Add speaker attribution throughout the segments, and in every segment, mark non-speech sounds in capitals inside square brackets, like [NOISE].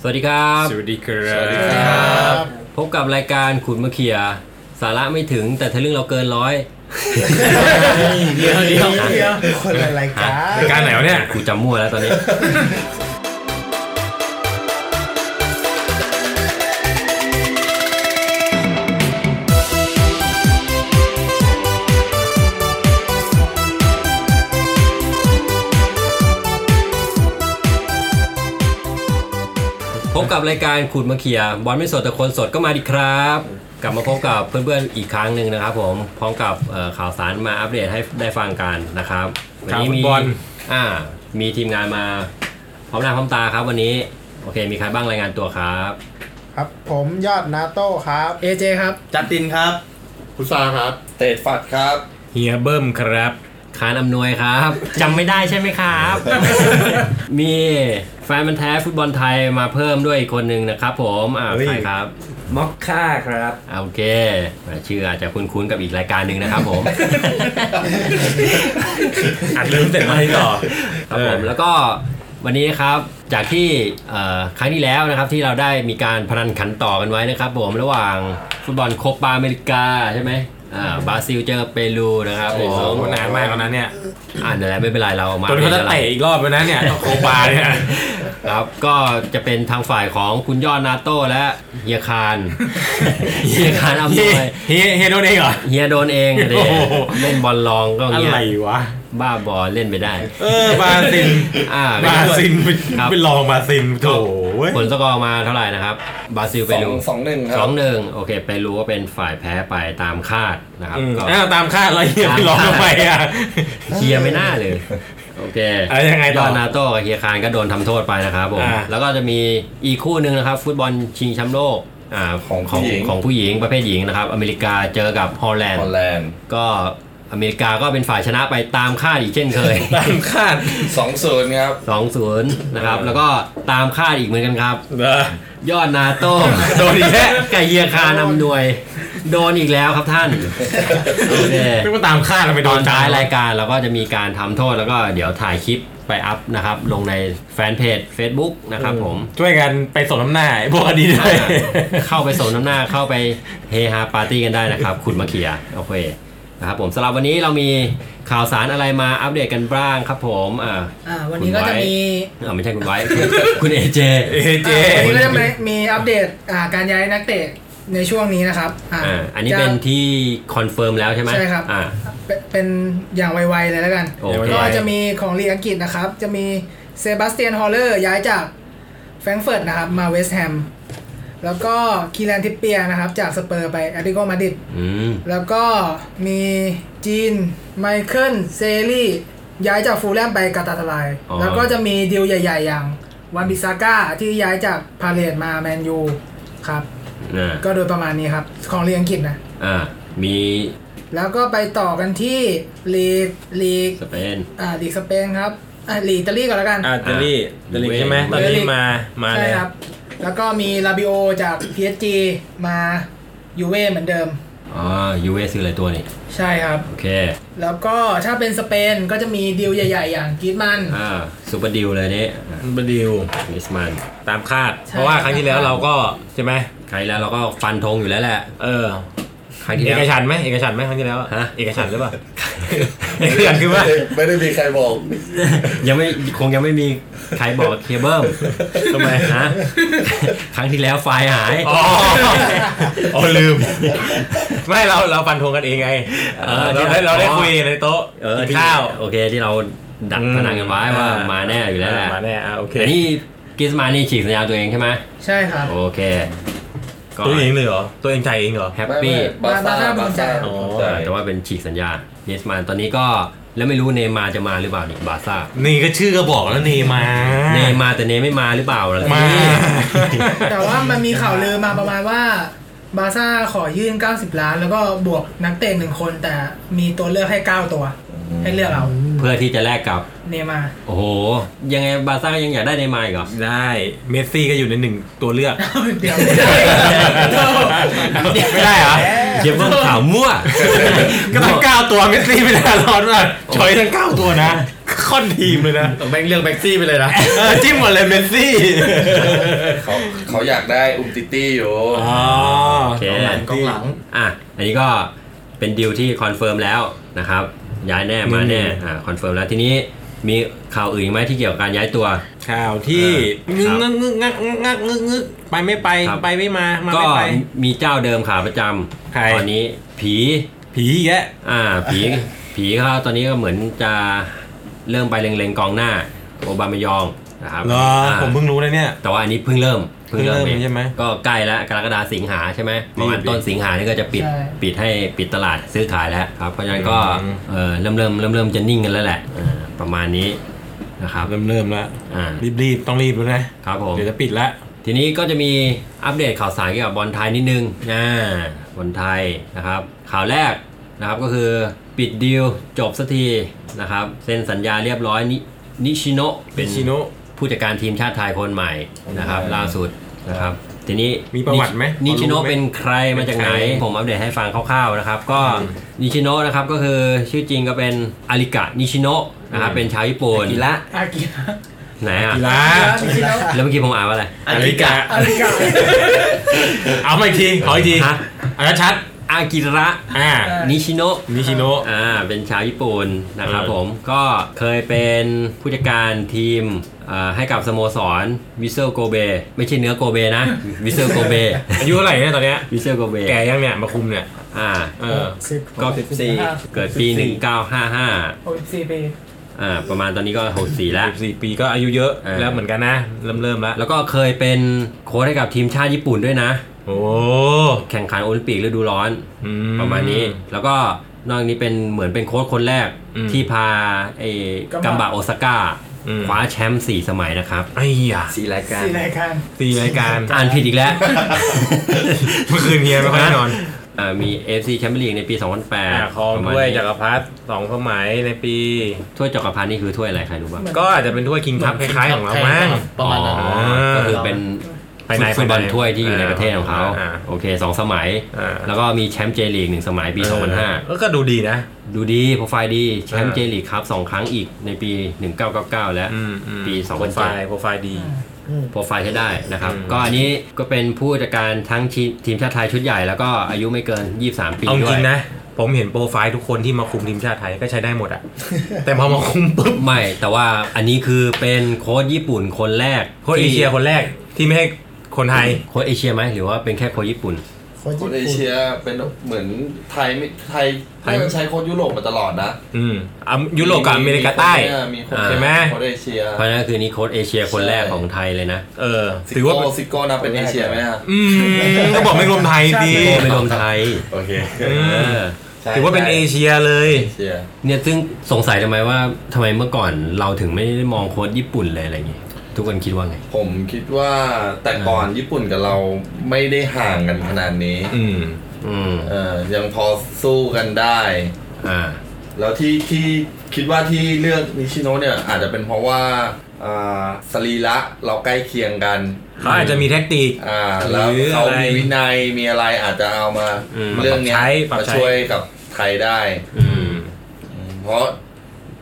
Speaker 1: สวัสดีครับ
Speaker 2: สวัสดีครับ
Speaker 3: สวัสดีครับ
Speaker 1: พบกับรายการขุดมะเขีย สาระไม่ถึงแต่ทะลึ่งเราเกินร้อย
Speaker 2: เดี๋ยวเดี๋ยว
Speaker 3: เดี๋ยวคนละรายการ
Speaker 2: รายการไหนวะเนี่ย
Speaker 1: กูจำมั่วแล้วตอนนี้ พบกับรายการขุดมะเขียบอลไม่สดแต่คนสดก็มาดีครับ กลับมาพบกับเพื่อนๆอีกครั้งหนึ่งนะครับ ผมพร้อมกับเอ่อข่าวสารมาอัปเดตให้ได้ฟังกันนะครับวั
Speaker 2: ข่าวฟุ
Speaker 1: มี
Speaker 2: ตบอล
Speaker 1: อ่ามีทีมงานมาพร้อมหน้าพร้อมตาครับวันนี้โอเค มีใครบ้างรายงานตัวครับ
Speaker 3: ครับ ผมยอดนาโต้ครับ
Speaker 4: เอเจครับ
Speaker 5: จัดตินครับ
Speaker 6: พุซาครับ
Speaker 5: เตดฟัดครับ
Speaker 2: เฮียเบิ้มครับ
Speaker 1: คานอำนวยครับจำไม่ได้ใช่ไหมครับ [LAUGHS] มีแฟนมันธุ์แท้ฟุตบอลไทยมาเพิ่มด้วยอีกคนหนึ่งนะครับ ผมอ่าใครครับ
Speaker 2: ม็อกค่าครับ
Speaker 1: อ่ะโอเคชื่ออาจจะคุ้นๆกับอีกรายการหนึ่งนะครับผม
Speaker 2: อัดลืมเสร็จมาที่ต่อ
Speaker 1: ครับผม
Speaker 2: เออ
Speaker 1: แล้วก็วันนี้ครับจากที่เอ่อครั้งที่แล้วนะครับที่เราได้มีการพนันขันต่อกันไว้นะครับผมระหว่างฟุตบอลโคปาอเมริกาใช่ไหมอ่าบราซิลเจอเปรูนะครับผ
Speaker 2: โอ้โห
Speaker 1: ม
Speaker 2: นานมากแล้วนะเนี่ย
Speaker 1: อ่านแล้วไม่เป็นไรเราเอามา
Speaker 2: จนเขาจะ
Speaker 1: เอ
Speaker 2: เตะ
Speaker 1: ง
Speaker 2: อีกรอบแล้วนะเนี่ยโคบาเนี่ย
Speaker 1: ครับก็จะเป็นทางฝ่ายของคุณยอดนาโต้และเฮีย
Speaker 2: [LAUGHS]
Speaker 1: คารเฮียคารอำนวย
Speaker 2: เฮียเฮียโดนเองเหรอ
Speaker 1: เฮียโดนเอง
Speaker 2: [LAUGHS]
Speaker 1: อะดิ
Speaker 2: โอ้โห
Speaker 1: เล่นบอลรองก็
Speaker 2: อะ
Speaker 1: เงี้ย
Speaker 2: ไรวะ
Speaker 1: บ้าบอลเล่นไปได้
Speaker 2: เออบาซิน
Speaker 1: อ่า
Speaker 2: บาซินเป็น
Speaker 1: ครับ
Speaker 2: เป็นรองบาซินโถ่เว้ย
Speaker 1: ผลสกอร์มาเท่าไหร่นะครับบราซิล
Speaker 5: ส
Speaker 1: ไป
Speaker 5: อง
Speaker 1: รู
Speaker 5: สองหนึ่งค
Speaker 1: ส
Speaker 5: รั
Speaker 1: อบ งหนึ่งโอเค ไปรู้ว่าเป็นฝ่ายแพ้ไปตามคาดนะครับ
Speaker 2: อืม
Speaker 1: ก็
Speaker 2: อ้าวตามคาดแล้วเฮียไปรองทำไมอ่ะ
Speaker 1: เฮียไม่น่าเลย โอเค
Speaker 2: อะไรยังไงต่อ
Speaker 1: อ
Speaker 2: ย
Speaker 1: ดนาโต้กับเฮียคารก็โดนทำโทษไปนะครับผม
Speaker 2: อ่า
Speaker 1: แล้วก็จะมีอีกคู่หนึ่งนะครับ ฟุตบอลชิงแชมป์โลกอ่า
Speaker 5: ของผู้หญิง
Speaker 1: ของผู้หญิงประเภทหญิงนะครับ อเมริกาเจอกับฮอลแลน
Speaker 5: ฮ
Speaker 1: ด์
Speaker 5: อลแลนด์
Speaker 1: ก็อเมริกาก็เป็นฝ่ายชนะไปตามคาดอีกเช่นเคย [LAUGHS]
Speaker 2: ตามคาด
Speaker 5: สองศูนย์ครับ
Speaker 1: 2-0นะครับแล้วก็ตามคาดอีกเหมือนกันครับ
Speaker 2: เหรอย
Speaker 1: อดนาโต้
Speaker 2: โดนอีกแล้ว
Speaker 1: ไก่เยียคานำหน่วย โดนอีกแล้วครับท่านโอเค
Speaker 2: ไม่ว่าตามคาดเราไปโด
Speaker 1: ตอน นท้าย
Speaker 2: ตม
Speaker 1: รายการเราก็จะมีการทำโทษแล้วก็เดี๋ยวถ่ายคลิปไปอัพนะครับ ลงในแฟนเพจ Facebook นะครับผม
Speaker 2: ช่วยกันไปส่งน้ำหน้าไอ้พวกอดีตด้วย
Speaker 1: เข้าไปสมน้ำหน้าเข้าไปเฮฮาปาร์ตี้กันได้นะครับ คุณมะเขียโอเคนะครับผมสำหรับวันนี้เรามีข่าวสารอะไรมาอัปเดตกันบ้างครับผมอ่า
Speaker 4: อ่า วันนี้ก็
Speaker 1: คุณไว้
Speaker 4: จะมี
Speaker 1: อ่าไม่ใช่คุณไว้ คุณเอเจ
Speaker 2: เอเจ
Speaker 4: อ่าวันนี้ก็จะมีมีอัปเดตอ่าการย้ายนักเตะในช่วงนี้นะครับอ่า
Speaker 1: อ่าอันนี้
Speaker 4: จะ
Speaker 1: เป็นที่คอนเฟิร์มแล้วใช่ไหม
Speaker 4: ใช่ครับ
Speaker 1: อ่า
Speaker 4: เป็นเป็นอย่างไวๆเลยแล้วกัน
Speaker 1: โอเค
Speaker 2: ไว
Speaker 4: ก็จะมีของลีกอังกฤษนะครับ จะมีเซบาสเตียนฮอลเลอร์ย้ายจากแฟรงก์เฟิร์ตนะครับ มาเวสต์แฮม แล้วก็คีแลนทิปเปียนะครับ จากสเปอร์ไปแอตเลติโกมาดริด
Speaker 1: อืม
Speaker 4: แล้วก็มีจีนไมเคิลเซรี่ย้ายจากฟูลแลมไปกาตาตาลาย
Speaker 1: อ๋อ
Speaker 4: แล้วก็จะมีดีลใหญ่ ๆ อย่างวันบิซาก้าที่ย้ายจากพาเลตมาแมนยูครับ
Speaker 1: อ่า
Speaker 4: ก็โดยประมาณนี้ครับ ของลีกอังกฤษนะ
Speaker 1: อ่ามี
Speaker 4: แล้วก็ไปต่อกันที่ลีกลีก
Speaker 1: สเปน
Speaker 4: อ่าลีกสเปนครับอ่าลีกอิตาลีก่อนแล้วกัน
Speaker 2: อาร์เจลี่เจลี่ใช่ไหมตอนนี้มามา
Speaker 4: ใช่
Speaker 2: แล้ว
Speaker 4: ครับ แล้วก็มีลาบิโอจาก PSG มายูเว่เหมือนเดิม
Speaker 1: อ๋อยูเวซื้ออะไรตัวนี่
Speaker 4: ใช่ครับ
Speaker 1: โอเค
Speaker 4: แล้วก็ถ้าเป็นสเปนก็จะมีดีลใหญ่ ๆ อย่างกรีดมัน
Speaker 1: อ่าซูเปอร์ดิวเลยนี่อ่า
Speaker 2: บดิว
Speaker 1: มิสมัน
Speaker 2: ตามคาด
Speaker 4: ใช่
Speaker 2: เพราะว่าครั้งที่แล้วเราก็ใช่ไหม
Speaker 1: ใครแล้วเราก็ฟันธงอยู่แล้วแหละ
Speaker 2: เออ
Speaker 1: ครั้งที่
Speaker 2: เอ
Speaker 1: แล้ว
Speaker 2: กฉันท์ไหมเอกฉันท์ไหมครั้งที่แล้วอะ
Speaker 1: ฮะ
Speaker 2: เอกฉันท์หรือ
Speaker 1: [LAUGHS]
Speaker 2: เปล่า เอกฉันท์คือว่า
Speaker 5: ไม่ได้มีใครบอก
Speaker 1: ยังไม่คงยังไม่มีใครบอกเคเบิลทำไมฮะครั้งที่แล้วไฟล์หาย
Speaker 2: อ๋ [LAUGHS] ออ๋อลืม ไม่เราเราฟันธงกันเองไง
Speaker 1: เออ
Speaker 2: เราได้เราได้คุยในโต๊ะ
Speaker 1: เออ
Speaker 2: กิน
Speaker 1: ที่
Speaker 2: ข้าว
Speaker 1: โอเคที่เราดักพนันกันไว้ว่ามาแน่อยู่แล้วแหละ
Speaker 2: มาแน่อ่ะโอเค
Speaker 1: แต่นี่กิสมานี่ฉีกสัญญาตัวเองใช่ไหม
Speaker 4: ใช่ครับ
Speaker 1: โอเคก็
Speaker 2: ตัวเองเลยเหรอ ตัวเองใจายเองเหรอ
Speaker 1: แฮปปี้
Speaker 5: บาซ่า
Speaker 4: บา
Speaker 5: บา
Speaker 4: ซ่า
Speaker 5: ซ่า
Speaker 2: อ๋อ
Speaker 5: ใช่
Speaker 1: แต่ว่าเป็นฉีกสัญญาเนสมาตอนนี้ก็แล้วไม่รู้เนย์มาร์จะมาหรือเปล่านี่บาร์ซ่า
Speaker 2: นี่ก็ชื่อก็บอกแล้วนี่มา
Speaker 1: เนย์มาร์แต่เนย์ไม่มาหรือเปล่าล่ะ
Speaker 2: มา
Speaker 4: แต่ว่ามันมีข่าวลือมาประมาณว่า บาร์ซ่าขอยื่น 90 ล้าน แล้วก็บวกนักเตะหนึ่งคน แต่มีตัวเลือกให้ 9 ตัว ให้เลือกเอา
Speaker 1: เพื่อที่จะแลกกับ
Speaker 4: เนย์มาร์
Speaker 1: โอ้โห ยังไงบาร์ซ่าก็ยังอยากได้เนย์มาร์อีกเหรอ
Speaker 2: [LAUGHS] ได้เมสซี่ก็อยู่ในหนึ่งตัว [LAUGHS] เลือก
Speaker 4: เดี๋ยว
Speaker 2: ไม่ได้เหรอ
Speaker 1: เดี๋ยวเพิ่งข่าวมั่ว
Speaker 2: [LAUGHS] ก็ตั้งเก้าตัวเมสซี่ไม่ได้รอดว่ะชอยทั้งเก้าตัวนะ ค่อนทีมเลยนะ
Speaker 6: [LAUGHS] ผมแม่งเลือกแบ็กซี่ไปเลยนะ
Speaker 2: เออจิ้มหมดเลยเมสซี่
Speaker 5: เขาเขาอยากได้อุมติตี้อยู่
Speaker 2: อ๋อ
Speaker 1: โอเค
Speaker 6: หลังกองหลัง
Speaker 1: อ่ะ อันนี้ก็เป็นดีลที่คอนเฟิร์มแล้วนะครับ ย้ายแน่มาแน่อ่าคอนเฟิร์มแล้วทีนี้มีข่าวอื่นอีกไหมที่เกี่ยวกับการย้ายตัว
Speaker 2: ข่าวที่งึ
Speaker 1: ค
Speaker 2: ก
Speaker 1: รับ
Speaker 2: งึกงึกงักงักงักงึกงึกไปไม่ไป
Speaker 1: ครับ
Speaker 2: ไปไม่มามา
Speaker 1: ก็
Speaker 2: ไม่ไป
Speaker 1: มีเจ้าเดิมขาประจ
Speaker 2: ใคร
Speaker 1: ำตอนนี้ผี
Speaker 2: ผีอีกแยะ
Speaker 1: อ่าผีผีเขาตอนนี้ก็เหมือนจะเริ่มไปเล็งๆกองหน้าโอบามายองนะครับ
Speaker 2: เหรอ
Speaker 1: อ่า
Speaker 2: ผมเพิ่งรู้เลยเนี่ย
Speaker 1: แต่ว่าอันนี้เพิ่งเริ่ม
Speaker 2: เพิ่งเริ่ม
Speaker 1: อง
Speaker 2: ใช่ไหม
Speaker 1: ก็ใกล้แล้วกรกฎาสิงหาใช่ไหมประมาณ
Speaker 2: ดี
Speaker 1: ต้นสิงหานี่ก็จะปิด
Speaker 4: ใช่
Speaker 1: ปิดให้ปิดตลาดซื้อขายแล้วครับเพราะฉะนั้นก็
Speaker 2: อืม
Speaker 1: เอ่อเริ่มเริ่มเริ่มเริ่มจะนิ่งกันแล้วแหละเออประมาณนี้นะครับ
Speaker 2: เริ่มเริ่มแล้ว
Speaker 1: อ่า
Speaker 2: รีบๆต้องรีบแล้วนะครับ
Speaker 1: ผม
Speaker 2: เดี๋ยวจะปิดละ
Speaker 1: ทีนี้ก็จะมีอัปเดตข่าวสารเกี่ยวกับบอลไทยนิดนึงอ่าบอลไทยนะครับ ข่าวแรกนะครับก็คือปิดดีลจบสักทีนะครับ เซ็นสัญญาเรียบร้อยนินิชิโนะเป็น
Speaker 2: Nishino
Speaker 1: ผู้จัดการทีมชาติไทยคนใหม่นะครับล่าสุดนะครับ ทีนี้
Speaker 2: มีประวัติไหม
Speaker 1: นิชิโนะ
Speaker 2: พอรู้ไหม
Speaker 1: เป็นใครมาจากไหน
Speaker 2: เป็นใคร
Speaker 1: ผมอัปเดตให้ฟังคร่าวๆนะครับ ก็นิชิโนะนะครับก็คือชื่อจริงก็เป็นอาริกะนิชิโนะนะครับเป็นชาวญี่ปุ่นละ
Speaker 4: อากิระ
Speaker 1: ไหนอ่ะ
Speaker 2: กีฬา
Speaker 4: จริงๆแล้ว
Speaker 1: แล้วเมื่อกี้ผมอ่านว่าอะไร
Speaker 2: อาริกะ
Speaker 4: อากิระ
Speaker 2: เอามาอีกที ขออีกที
Speaker 1: ฮะ
Speaker 2: อันชัด
Speaker 1: อากิระ
Speaker 2: อ่า
Speaker 1: นิชิโนะ
Speaker 2: นิชิโนะ
Speaker 1: อ่า เป็นชาวญี่ปุ่นนะครับ
Speaker 2: เออ
Speaker 1: ผม ก็เคยเป็นผู้จัดการทีมอ่าให้กับสโมสรวิเซลโกเบ ไม่ใช่เนื้อโกเบ
Speaker 2: [LAUGHS]
Speaker 1: นะ วิเซลโกเบ
Speaker 2: อายุเท่าไหร่เนี่ยตอนเนี้ย
Speaker 1: วิเซลโกเบ
Speaker 2: แกยังเนี่ย มาคุมเนี่ย
Speaker 1: อ่า
Speaker 2: เออ
Speaker 1: ก็ 14 เกิดปี
Speaker 4: โอ้ยสี่ปี
Speaker 1: 1955 อ่า ประมาณตอนนี้ก็ 64 แล้ว
Speaker 2: สี่ปีก็อายุเยอะ
Speaker 1: เออ
Speaker 2: แล้วเหมือนกันนะ เริ่มเริ่มแล้ว
Speaker 1: แล้วก็เคยเป็นโค้ชให้กับทีมชาติญี่ปุ่นด้วยนะ
Speaker 2: โอ้
Speaker 1: แข่งขันโอลิมปิกฤดูร้อน
Speaker 2: อื
Speaker 1: ประมาณนี้ แล้วก็นอกจากนี้เป็นเหมือนเป็นโค้ชคนแรก
Speaker 2: อืม
Speaker 1: ที่พาไอ้
Speaker 4: กั
Speaker 1: กัม
Speaker 4: ม
Speaker 1: บะ
Speaker 4: บะ
Speaker 1: โอซาก้า
Speaker 2: อืม
Speaker 1: คว้าแชมป์สี่สมัยนะครับ
Speaker 2: ไอ้ยา
Speaker 6: สี่รายการ
Speaker 4: สี่รายการ
Speaker 2: สี่รายการ
Speaker 1: อ่านผิดอีกแล้ว
Speaker 2: เมื่อคืนเฮียไม่ค่อยได้นอน
Speaker 1: อ่ามี FC แชมเปี้ยนลีกในปี 2008
Speaker 2: ครอง
Speaker 1: ประมาณ
Speaker 2: ถ้วย
Speaker 1: นี้
Speaker 2: จักรพรรดิสองสมัยในปี
Speaker 1: ถ้วยจักรพรรดินี่คือถ้วยอะไรใครรู้บ้าง
Speaker 2: ก็อาจจะเป็นถ้วยคิงคัพคล้ายๆของเรามั้ง
Speaker 6: ประมาณนั้น
Speaker 1: อ๋อ
Speaker 2: อ่า
Speaker 1: ก็คือเป็น
Speaker 2: ภายใน
Speaker 1: ฟุตบอล
Speaker 2: ภายใน
Speaker 1: ถ้วยที่อยู่ในประเทศของเขา
Speaker 2: อ่า
Speaker 1: โอเคสองสมัย
Speaker 2: อ่า
Speaker 1: แล้วก็มีแชมป์เจลีกหนึ่งสมัยปี
Speaker 2: เออก็ดูดีนะ
Speaker 1: 2005 ดูดีโปรไฟล์ดีแชมป์เจลีกครับสองครั้งอีกในปี 1999 และ
Speaker 2: อืมอืม
Speaker 1: ปี2007
Speaker 2: โปรไฟล์โปรไฟล์ดี
Speaker 1: โปรไฟล์ใช้ได้นะครับ
Speaker 2: อืม
Speaker 1: ก็อันนี้ก็เป็นผู้จัดการทั้งทีมทีมชาติไทยชุดใหญ่แล้วก็อายุไม่เกิน 23 ปี
Speaker 2: เอาจ
Speaker 1: ด้วย
Speaker 2: ริงนะ ผมเห็นโปรไฟล์ทุกคนที่มาคุมทีมชาติไทยก็ใช้ได้หมดอะแต่พอมาคุมปุ๊บ
Speaker 1: ไม่แต่ว่าอันนี้คือเป็นโค้ชญี่ปุ่นคนแรก
Speaker 2: โค้ชเอเชียคนแรกที่ไม่ให้คนไทย
Speaker 1: โค้ชเอเชียไหมหรือว่าเป็นแค่โค้ชญี่ปุ่น
Speaker 3: คน
Speaker 5: ค
Speaker 3: ญี่
Speaker 5: น
Speaker 3: ปุ่
Speaker 5: เอเชี
Speaker 3: น
Speaker 5: ยเป็นเหมือนไทยไม่ไทย
Speaker 1: ไทย
Speaker 5: ใช้คนยุโรปมาตลอดนะ
Speaker 2: อืมอ่ะยุโรปกับอเมริกาใต้
Speaker 5: มีคน
Speaker 1: อ่า
Speaker 5: เอ
Speaker 2: ใช่ไหม
Speaker 5: คนเอเชีย
Speaker 1: เพราะฉะนั้นคือนี่โค้ชเอเชียคนแรกของไทยเลยนะ
Speaker 2: เออ
Speaker 5: ถื
Speaker 2: ถื
Speaker 5: อ
Speaker 2: อ
Speaker 5: ว่า
Speaker 2: ว่า
Speaker 5: ซิโก้นะเป็นเอเชียไหมอะ
Speaker 2: อืมก็บอกไม่รวมไทยดี
Speaker 1: โค้ชไม่รวมไทย
Speaker 5: โอเค
Speaker 2: อื
Speaker 1: เอ
Speaker 2: ม
Speaker 1: อ
Speaker 5: ใช่
Speaker 2: ถือว่าเป็นเอเชียเลย
Speaker 5: เอเชีย
Speaker 1: เนี่ยซึ่งสงสัยทำไมว่าทำไมเมื่อก่อนเราถึงไม่ได้มองโค้ชญี่ปุ่นเลยอะไรอย่างงี้ทุกคนคิดว่าไง
Speaker 5: ผมคิดว่าแต่ก่อนญี่ปุ่นกับเราไม่ได้ห่างกันขนาดนี้
Speaker 2: อืม
Speaker 1: อืม
Speaker 5: เออยังพอสู้กันได้
Speaker 1: อ่า
Speaker 5: แล้วที่ที่คิดว่าที่เลือกนิชิโนะเนี่ยอาจจะเป็นเพราะว่าอ่าสรีระเราใกล้เคียงกัน
Speaker 2: เขาอาจจะมีแท็กติก
Speaker 5: อ่าแล้ว
Speaker 2: หรือ
Speaker 5: เขา
Speaker 2: อะไร
Speaker 5: มีวินัยมีอะไรอาจจะเอามา
Speaker 1: อืม
Speaker 5: เรื่องเนี้ย
Speaker 2: ปรับใช้ปรับ
Speaker 5: มา
Speaker 2: ใช้
Speaker 5: ช่วยกับไทยได้
Speaker 1: อืม
Speaker 5: เพราะ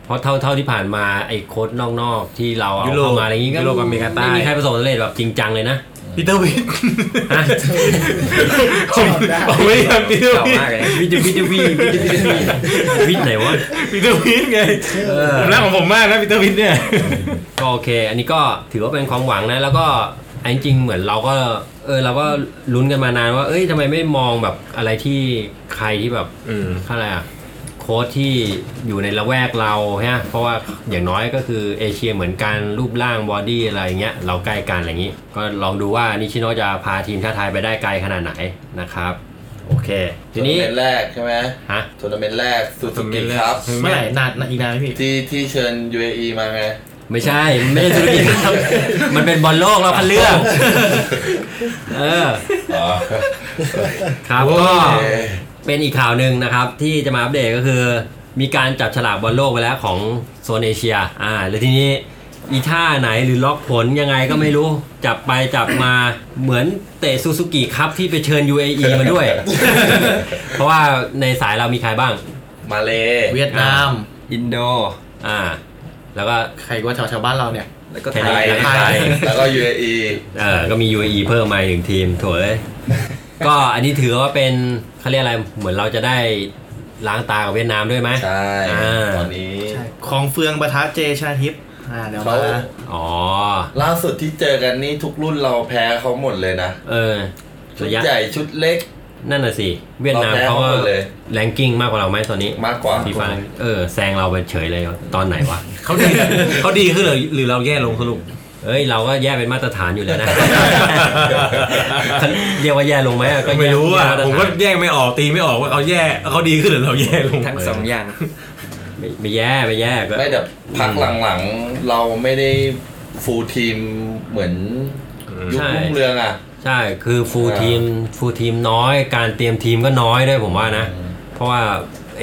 Speaker 1: เพราะเท่าเท่าที่ผ่านมาไอ้โค้ดนอกๆ ที่เราเอา
Speaker 2: ยุโรป
Speaker 1: เข้ามาอะไรอย่างงี้ก็
Speaker 2: ยุโรปอเมริกาใต้
Speaker 1: ไม่มีใครประสบความสำเร็จแบบจริงจังเลยนะ
Speaker 2: ปีเตอร์วิทผมผมไม่ทำปีเตอร์
Speaker 6: เก่า
Speaker 2: วิท
Speaker 6: มากเลย
Speaker 1: วิจิวิจิวิวิจิวิจิวิทย์ไหนวะ
Speaker 2: ปีเตอร์วิทไงผมรักของผมมากนะปีเตอร์วิทเนี่ย
Speaker 1: ก็โอเค อันนี้ก็ถือว่าเป็นความหวังนะ แล้วก็อันจริงเหมือนเราก็ เออเราก็ลุ้นกันมานานว่า เอ้ยทำไมไม่มองแบบอะไรที่ใครที่แบบ
Speaker 2: อืม
Speaker 1: อะไรอะโค้ชที่อยู่ในละแวกเราฮะเพราะว่าอย่างน้อยก็คือเอเชียเหมือนกันรูปร่างบอดี้อะไรอย่างเงี้ยเราใกล้กันอะไรอย่างงี้ ก็ลองดูว่านิชิโนะจะพาทีมชาติไทยไปได้ไกลขนาดไหนนะครับ โอเค ที
Speaker 5: ทัวร์นา
Speaker 1: นี้
Speaker 5: เมนต์แรกใช่ไหม
Speaker 1: ฮะ
Speaker 5: ทัวร์นาเมนต์แรกสุ
Speaker 2: ทัว
Speaker 5: สุ
Speaker 2: ร์นาเม
Speaker 5: กิ
Speaker 2: นต์แรก
Speaker 5: ครับ
Speaker 6: เมื่อไหร่นานอีกนานไหมพี่
Speaker 5: ที่ที่เชิญ UAE มาไง
Speaker 1: ไม่ใช่ มันไม่ได้ธุรกิจครับ มันเป็นบอลโลกเราคัดเลือก เออ ครับ ก็เป็นอีกข่าวหนึ่งนะครับ ที่จะมาอัปเดตก็คือ มีการจับฉลากบอลโลกไปแล้วของโซนเอเชีย อ่า แล้วทีนี้อีท่าไหนหรือล็อกผลยังไงก็ไม่รู้ จับไปจับมาเหมือนเตะซูซูกิครับที่ไปเชิญ UAE มาด้วย [LAUGHS] เพราะว่าในสายเรามีใครบ้าง
Speaker 5: มาเลย
Speaker 6: เวียดนาม
Speaker 1: อินโด อ่า แล้วก็
Speaker 6: ใครว่าชาวชาวบ้านเราเนี่ย
Speaker 1: แล้วก็
Speaker 5: ไท
Speaker 1: ไทย
Speaker 5: ยไทยแล้วก็ UAE
Speaker 1: เออก็มี UAE เพิ่มมาอีกหนึ่งทีมโถ่เอ้ย
Speaker 5: [LAUGHS]
Speaker 1: ก็อันนี้ถือว่าเป็นเขาเรียกอะไรเหมือนเราจะได้ล้างตากับเวียดนามด้วยไหม
Speaker 5: ใช่
Speaker 1: อ่า
Speaker 5: ตอนนี้
Speaker 6: คลองเฟืองปะทะเจชาทิพย์อ่าเดี๋ยวมา
Speaker 5: เขา
Speaker 1: อ๋อ
Speaker 5: ล่าสุดที่เจอกันนี่ทุกรุ่นเราแพ้เขาหมดเลยนะ
Speaker 1: เออ
Speaker 5: ชุด
Speaker 1: ระยะ
Speaker 5: ใหญ่ชุดเล็ก
Speaker 1: นั่นน่ะสิ เวียดนามเขาก็
Speaker 5: เราแพ้เขาหมดเลย
Speaker 1: แรงกิ้งมากกว่าเราไหมตอนนี้
Speaker 5: มากกว่า
Speaker 1: ฟีฟ่าเออแซงเราไปเฉยเลยตอนไหน
Speaker 5: [LAUGHS]
Speaker 1: วะ
Speaker 2: เขาดีเขาดีขึ้นหรือหรือเราแย่ลงสรุป
Speaker 1: เอ้ยเราก็แย่เป็นมาตรฐานอยู่
Speaker 5: [LAUGHS]
Speaker 1: แล้วนะ เรียกว่าแย่ลงไหมอะก็แย่
Speaker 2: ไม่รู้อ่ะ
Speaker 1: แย่าตฐาน
Speaker 2: ผมก็แยกไม่ออกตีไม่ออกว่าเขาแย่เขาดีขึ้นหรือเราแย่ลง
Speaker 7: ทั้งสองอย่าง
Speaker 1: ไม่ไม่แย่ไม่แย่ก็
Speaker 5: ไม่แต่พักหลังๆ เราไม่ได้ฟูลทีมเหมือนยุค
Speaker 1: ใช่
Speaker 5: รุ่งเรืองอ่ะ
Speaker 1: ใช่คือฟูล
Speaker 5: อ่า
Speaker 1: ทีมฟูลทีมน้อยการเตรียมทีมก็น้อยด้วยผมว่านะ เพราะว่าไอ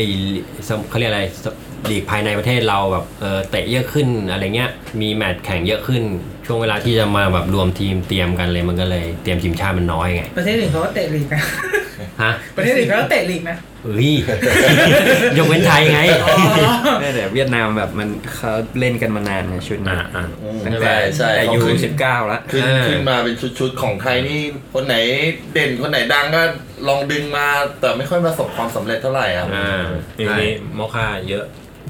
Speaker 1: สมเขาเรียกอะไรสมลีกภายในประเทศเราแบบเออเตะเยอะขึ้นอะไรเงี้ยมีแมตช์แข่งเยอะขึ้น ช่วงเวลาที่จะมาแบบรวมทีมเตรียมกันเลยมันก็เลยเตรียมทีมชาติมันน้อยไง
Speaker 4: ประเทศอื่นเขาก็เตะลีกนะ
Speaker 1: ฮะ
Speaker 4: ประเทศอื่นเขาก็เตะลีกนะ
Speaker 1: เฮ้ย [LAUGHS] ยกเว้นไทย
Speaker 2: [LAUGHS]
Speaker 1: ไง
Speaker 7: แต่แต่เวียดนามแบบมันเขาเล่นกันมานานนะชุดนี้
Speaker 1: อ่ะอ่ะ
Speaker 5: อืม
Speaker 7: ตั้งแต่
Speaker 5: ใช่ใช่
Speaker 7: อายุ
Speaker 5: เขาขึ้น
Speaker 7: สิบเก้าแล้ว
Speaker 5: ขึ้น
Speaker 1: เออ
Speaker 5: ขึ้นมาเป็นชุดๆ ของไทยนี่คนไหนเด่นคนไหนดังก็ลองดึงมา แต่ไม่ค่อยประสบความสำเร็จเท่าไหร่อ่ะ
Speaker 1: [LAUGHS] อ่า
Speaker 2: อย่าง
Speaker 1: ใช่
Speaker 2: นี้มอค่าเยอะ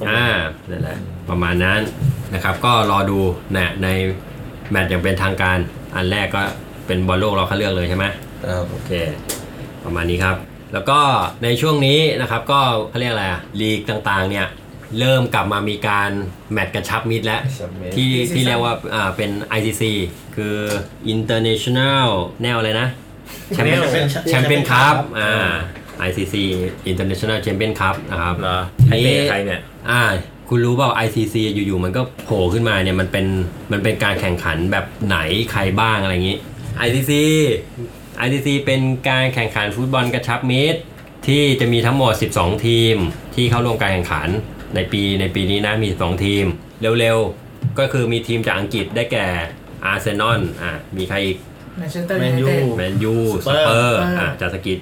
Speaker 1: อ่านั่นแหละประมาณนั้นนะครับ ก็รอดูนะในแมตช์อย่างเป็นทางการ อันแรกก็เป็นบอลโลกเราคัดเลือกเลยใช่ไหมโอเค ประมาณนี้ครับ แล้วก็ในช่วงนี้นะครับก็เขาเรียกอะไรอะลีกต่างๆเนี่ยเริ่มกลับมามีการแมตช์กระชับมิตรแล้ว
Speaker 5: Submit
Speaker 1: ที่
Speaker 4: Pre-season
Speaker 1: ที่เรียกว่าอ่าเป็น ICC คือ International แนวอะไรนะ แชมเปี้ยน
Speaker 6: Champion-
Speaker 1: แชมเปี้ยนคัพอ่า ICC International Champion Cup นะครับ
Speaker 2: เหรอ
Speaker 1: ที
Speaker 2: ใครเตะใครเนี่ย
Speaker 1: อ่าคุณรู้เปล่า ICC อยู่ๆมันก็โผล่ขึ้นมาเนี่ยมันเป็นมันเป็นการแข่งขันแบบไหนใครบ้างอะไรอย่างนี้ ICC ICC เป็นการแข่งขันฟุตบอลกระชับมิตรที่จะมีทั้งหมด 12 ทีม ที่เข้าร่วมการแข่งขันในปีในปีนี้นะมี 12 ทีม เร็วๆ ก็คือมีทีมจากอังกฤษได้แก่อาร์เซนอลอ่ะมีใครอีก
Speaker 4: แมนเชสเตอร์
Speaker 6: แม
Speaker 4: ยูไน
Speaker 6: นยู
Speaker 4: เต็ด
Speaker 1: แมนยูสเปอ
Speaker 6: Spurs
Speaker 1: ร์อ่ะจากสกิจ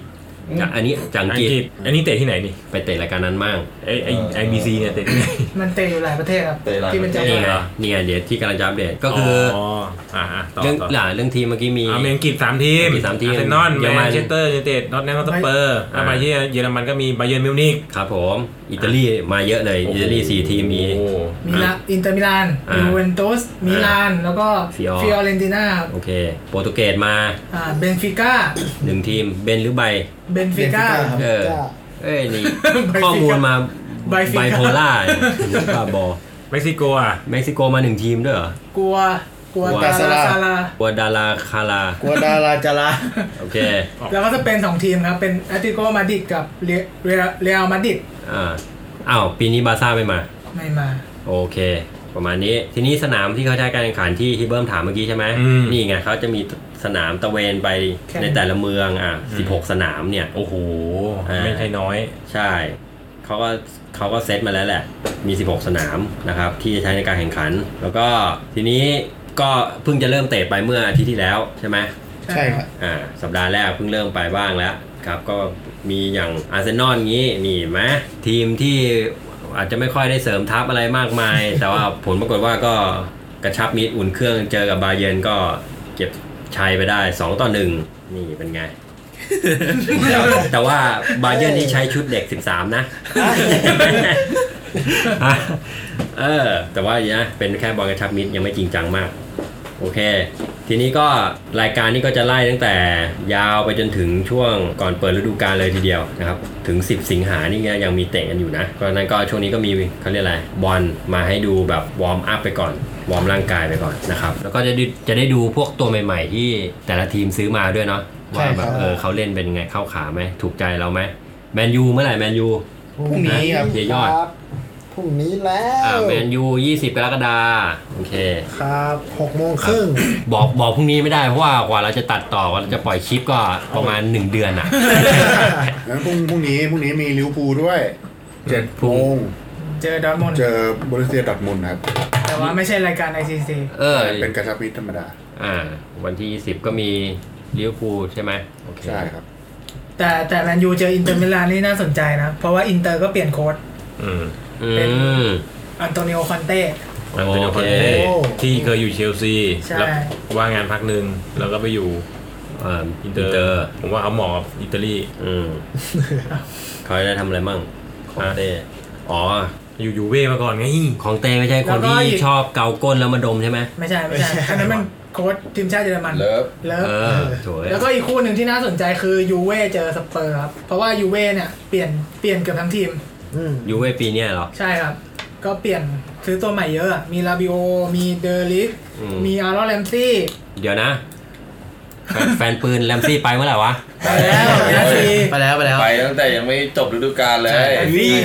Speaker 1: จากอันนี้จากอัง
Speaker 2: อัง
Speaker 1: กฤษ
Speaker 2: กฤษอันนี้เตะที่ไหนนี่
Speaker 1: ไปเตะรายการนั้นมั่ง
Speaker 2: ไอไอไอบีซีเนี่ยเตะที่ไหน
Speaker 4: มันเตะอยู่หลายประเทศครับ
Speaker 5: เตะหลาย
Speaker 4: ที่เป็นเจ้า
Speaker 1: นี่ไง
Speaker 4: ภาพ
Speaker 1: นี่ไงเดี๋ยวที่กำลังจะอัปเดตก็คืออ
Speaker 2: อ๋ออ่าต่อ
Speaker 1: เรื่อง
Speaker 2: ต่อ
Speaker 1: หล่ะเรื่องทีมเมื่อกี้มี
Speaker 2: อ่ะมีอังกฤษสามทีม
Speaker 1: อังกฤษสามทีม
Speaker 2: อาร์เซนอล
Speaker 1: เยอร
Speaker 2: แม
Speaker 1: มัน
Speaker 2: นเชสเตอร์ยูไนเต็ดนอตแนมสเปอร์
Speaker 1: อ่า
Speaker 2: มาที่เยอรมันก็มีไบเยิร์นมิวนิก
Speaker 1: ครับผม อิตาลีมาเยอะเลย อิตาลีสี่ทีมมี
Speaker 2: โอ้โห
Speaker 4: มิลานอินเตอร์มิลาน
Speaker 1: อ่า
Speaker 4: ยูเวนตุสมิลาน แล้วก็ฟิ
Speaker 1: Fior
Speaker 4: ออเรนติน่า
Speaker 1: โอเค โปรตุเกสมา
Speaker 4: อ่าเบนฟิก้า
Speaker 1: หนึ่งทีม เบนหรือใบ
Speaker 4: เบนฟิก้า
Speaker 3: ครับ
Speaker 1: เออ
Speaker 3: จ้า
Speaker 1: เอ้ย [LAUGHS] นี่
Speaker 4: ใบ
Speaker 1: ข้อมูลมา
Speaker 4: ใบฟิกา
Speaker 1: ไบโพล่าบ้าบอ
Speaker 2: เม็กซิโกอ่ะ
Speaker 1: เม็กซิโกมาหนึ่งทีมด้วยเหรอ
Speaker 4: กัวกัว
Speaker 1: กัว
Speaker 4: ตาซาลา
Speaker 1: กัวดาราคารา
Speaker 6: กัวดาราจารา
Speaker 1: โอเค
Speaker 4: แล้วก็จะเป็น 2 ทีมครับ เป็นแอตติโกมาดริดกับเรเรอัลมาดริด
Speaker 1: อ่า อ้าว ปีนี้บาร์ซ่าไม่มา
Speaker 4: ไม่มา
Speaker 1: โอเค ประมาณนี้ ทีนี้สนามที่เขาใช้การแข่งขันที่ที่เบิ้มถามเมื่อกี้ใช่ไหมนี่ไงเขาจะมีสนามตะเวนไป
Speaker 4: แข่
Speaker 1: ใน
Speaker 4: ง
Speaker 1: แต่ละเมืองอ่ะ16 สนามเนี่ย
Speaker 2: โอ้โหไม่ใช่น้อย
Speaker 1: ใช่ เขาก็เขาก็เซตมาแล้วแหละ มี 16 สนามนะครับ ที่จะใช้ในการแข่งขัน แล้วก็ทีนี้ก็เพิ่งจะเริ่มเตะไปเมื่ออาทิตย์ที่แล้วใช่ไหม
Speaker 3: ใช่ครับ
Speaker 1: อ่า สัปดาห์แรกเพิ่งเริ่มไปบ้างแล้วครับ ก็มีอย่างอาร์เซนอลงี้นี่เห็นไหมทีมที่อาจจะไม่ค่อยได้เสริมทัพอะไรมากมาย [LAUGHS] แต่ว่าผลปรากฏว่าก็กระชับมิตรอุ่นเครื่องเจอกับบาเยิร์นก็เก็บชัยไปได้ 2 ต่อ 1 นี่เป็นไง [LAUGHS] แต่ว่าบาเยิร์นนี่ใช้ชุดเด็ก 13 นะ [LAUGHS] เออ แต่ว่าอย่างนี้นะเป็นแค่บอลกระชับมิตรยังไม่จริงจังมาก โอเค ทีนี้ก็รายการนี้ก็จะไล่ตั้งแต่ยาวไปจนถึงช่วงก่อนเปิดฤดูกาลเลยทีเดียวนะครับ ถึง 10 สิงหานี่ก็ยังมีเตะกันอยู่นะก็นั้นก็ช่วงนี้ก็มีเขาเรียกอะไรบอลมาให้ดูแบบวอร์มอัพไปก่อน วอร์มร่างกายไปก่อนนะครับ แล้วก็จะได้จะได้ดูพวกตัวใหม่ ๆ ที่แต่ละทีมซื้อมาด้วยเนาะว่าแบบ
Speaker 3: ใช่ครับ
Speaker 1: เออเขาเล่นเป็นไงเข้าขาไหมถูกใจเราไหมแมนยูเมื่อไหร่แมนยู
Speaker 3: พรุ่งนี้ครับ
Speaker 1: เดี๋ยวยอด
Speaker 3: ครับพรุ่งนี้แล้
Speaker 1: อ่าว แมนยู 20 กรกฎาคมโอเค
Speaker 3: ครับหกโมงครึ่ง
Speaker 1: บอกบอกพรุ่งนี้ไม่ได้เพราะว่ากว่าเราจะตัดต่อกว่าเราจะปล่อยคลิปก็ประมาณ 1 เดือนอ่ะ
Speaker 8: งั้นพรุ่งพรุ่งนี้พรุ่งนี้มีลิเวอร์พูลด้วยเจ็ดโมง
Speaker 4: เจอดอร์ทมอนด์
Speaker 8: เจอบรุเซียดอทมุนด์ครับ
Speaker 4: แต่ว่าไม่ใช่รายการ ICC
Speaker 1: เออ
Speaker 8: เป็นกระชับมิตรธรรมดา
Speaker 1: อ่า วันที่ 20 ก็มีลิเวอร์พูลใช่ไหมโอเค
Speaker 8: ใช่ครับ
Speaker 4: แต่แต่แมนยูเจออินเตอร์มิลานนี่น่าสนใจนะ เพราะว่าอินเตอร์ก็เปลี่ยนโค้ด
Speaker 2: อืม
Speaker 1: อืม
Speaker 4: อันโตนิโอคอนเต้
Speaker 2: อันเตโน
Speaker 1: โอ
Speaker 2: คอน
Speaker 1: เค
Speaker 2: เต้
Speaker 4: โอ้
Speaker 2: ที่เคยอยู่เชลซี
Speaker 4: ใช่
Speaker 2: แล้วว่างงานพักหนึ่งแล้วก็ไปอยู่
Speaker 1: เอ่อ
Speaker 2: อิ
Speaker 1: อิ
Speaker 2: น
Speaker 1: น
Speaker 2: เต
Speaker 1: เต
Speaker 2: อ
Speaker 1: อ
Speaker 2: ร์
Speaker 1: ร์
Speaker 2: ผมว่าเขาเหมาะกับอิตาลี
Speaker 1: อืม [LAUGHS] เขาได้ทำอะไรมั่งของ
Speaker 2: อ่ะ
Speaker 1: เต้อ๋อ
Speaker 2: อยู่ยูเว่มาก่อนไง
Speaker 1: ของเต้ไม่ใช่คน
Speaker 4: แล้วก็
Speaker 1: ที่
Speaker 4: อีก
Speaker 1: ชอบเกาก้นแล้วมาดมใช่ไหม
Speaker 4: ไม่ใช่ไม่ใช่อันนั้นมันโค้ชทีมชาติเยอรมัน
Speaker 5: เลิฟ
Speaker 4: เลิ
Speaker 1: เอ
Speaker 4: ฟ
Speaker 1: อสวย
Speaker 4: แล้วก็อีกคู่หนึ่งที่น่าสนใจคือยูเว่เจอสเปอร์ครับ เพราะว่ายูเว่เนี่ยเปลี่ยนเปลี่ยนเกือบทั้งทีม
Speaker 3: อืม
Speaker 1: ยูเว่ปีเนี้ยเหรอ
Speaker 4: ใช่ครับ ก็เปลี่ยนซื้อตัวใหม่เยอะอะมีลาบิโอ มีเดอลิก
Speaker 1: อืม
Speaker 4: มีอาร์ลอแลมซี่
Speaker 1: เดี๋ยวนะ แฟนแฟนปืนแลมซี่ไปเมื่อไหร่วะ
Speaker 4: ไปแล้ว
Speaker 5: ไป
Speaker 4: นา
Speaker 5: แล้ว
Speaker 4: ซี
Speaker 6: ไปแล้วไปแล้ว
Speaker 5: ไปตั้งแต่ยังไม่จบฤดูกาลเลย
Speaker 6: ใช่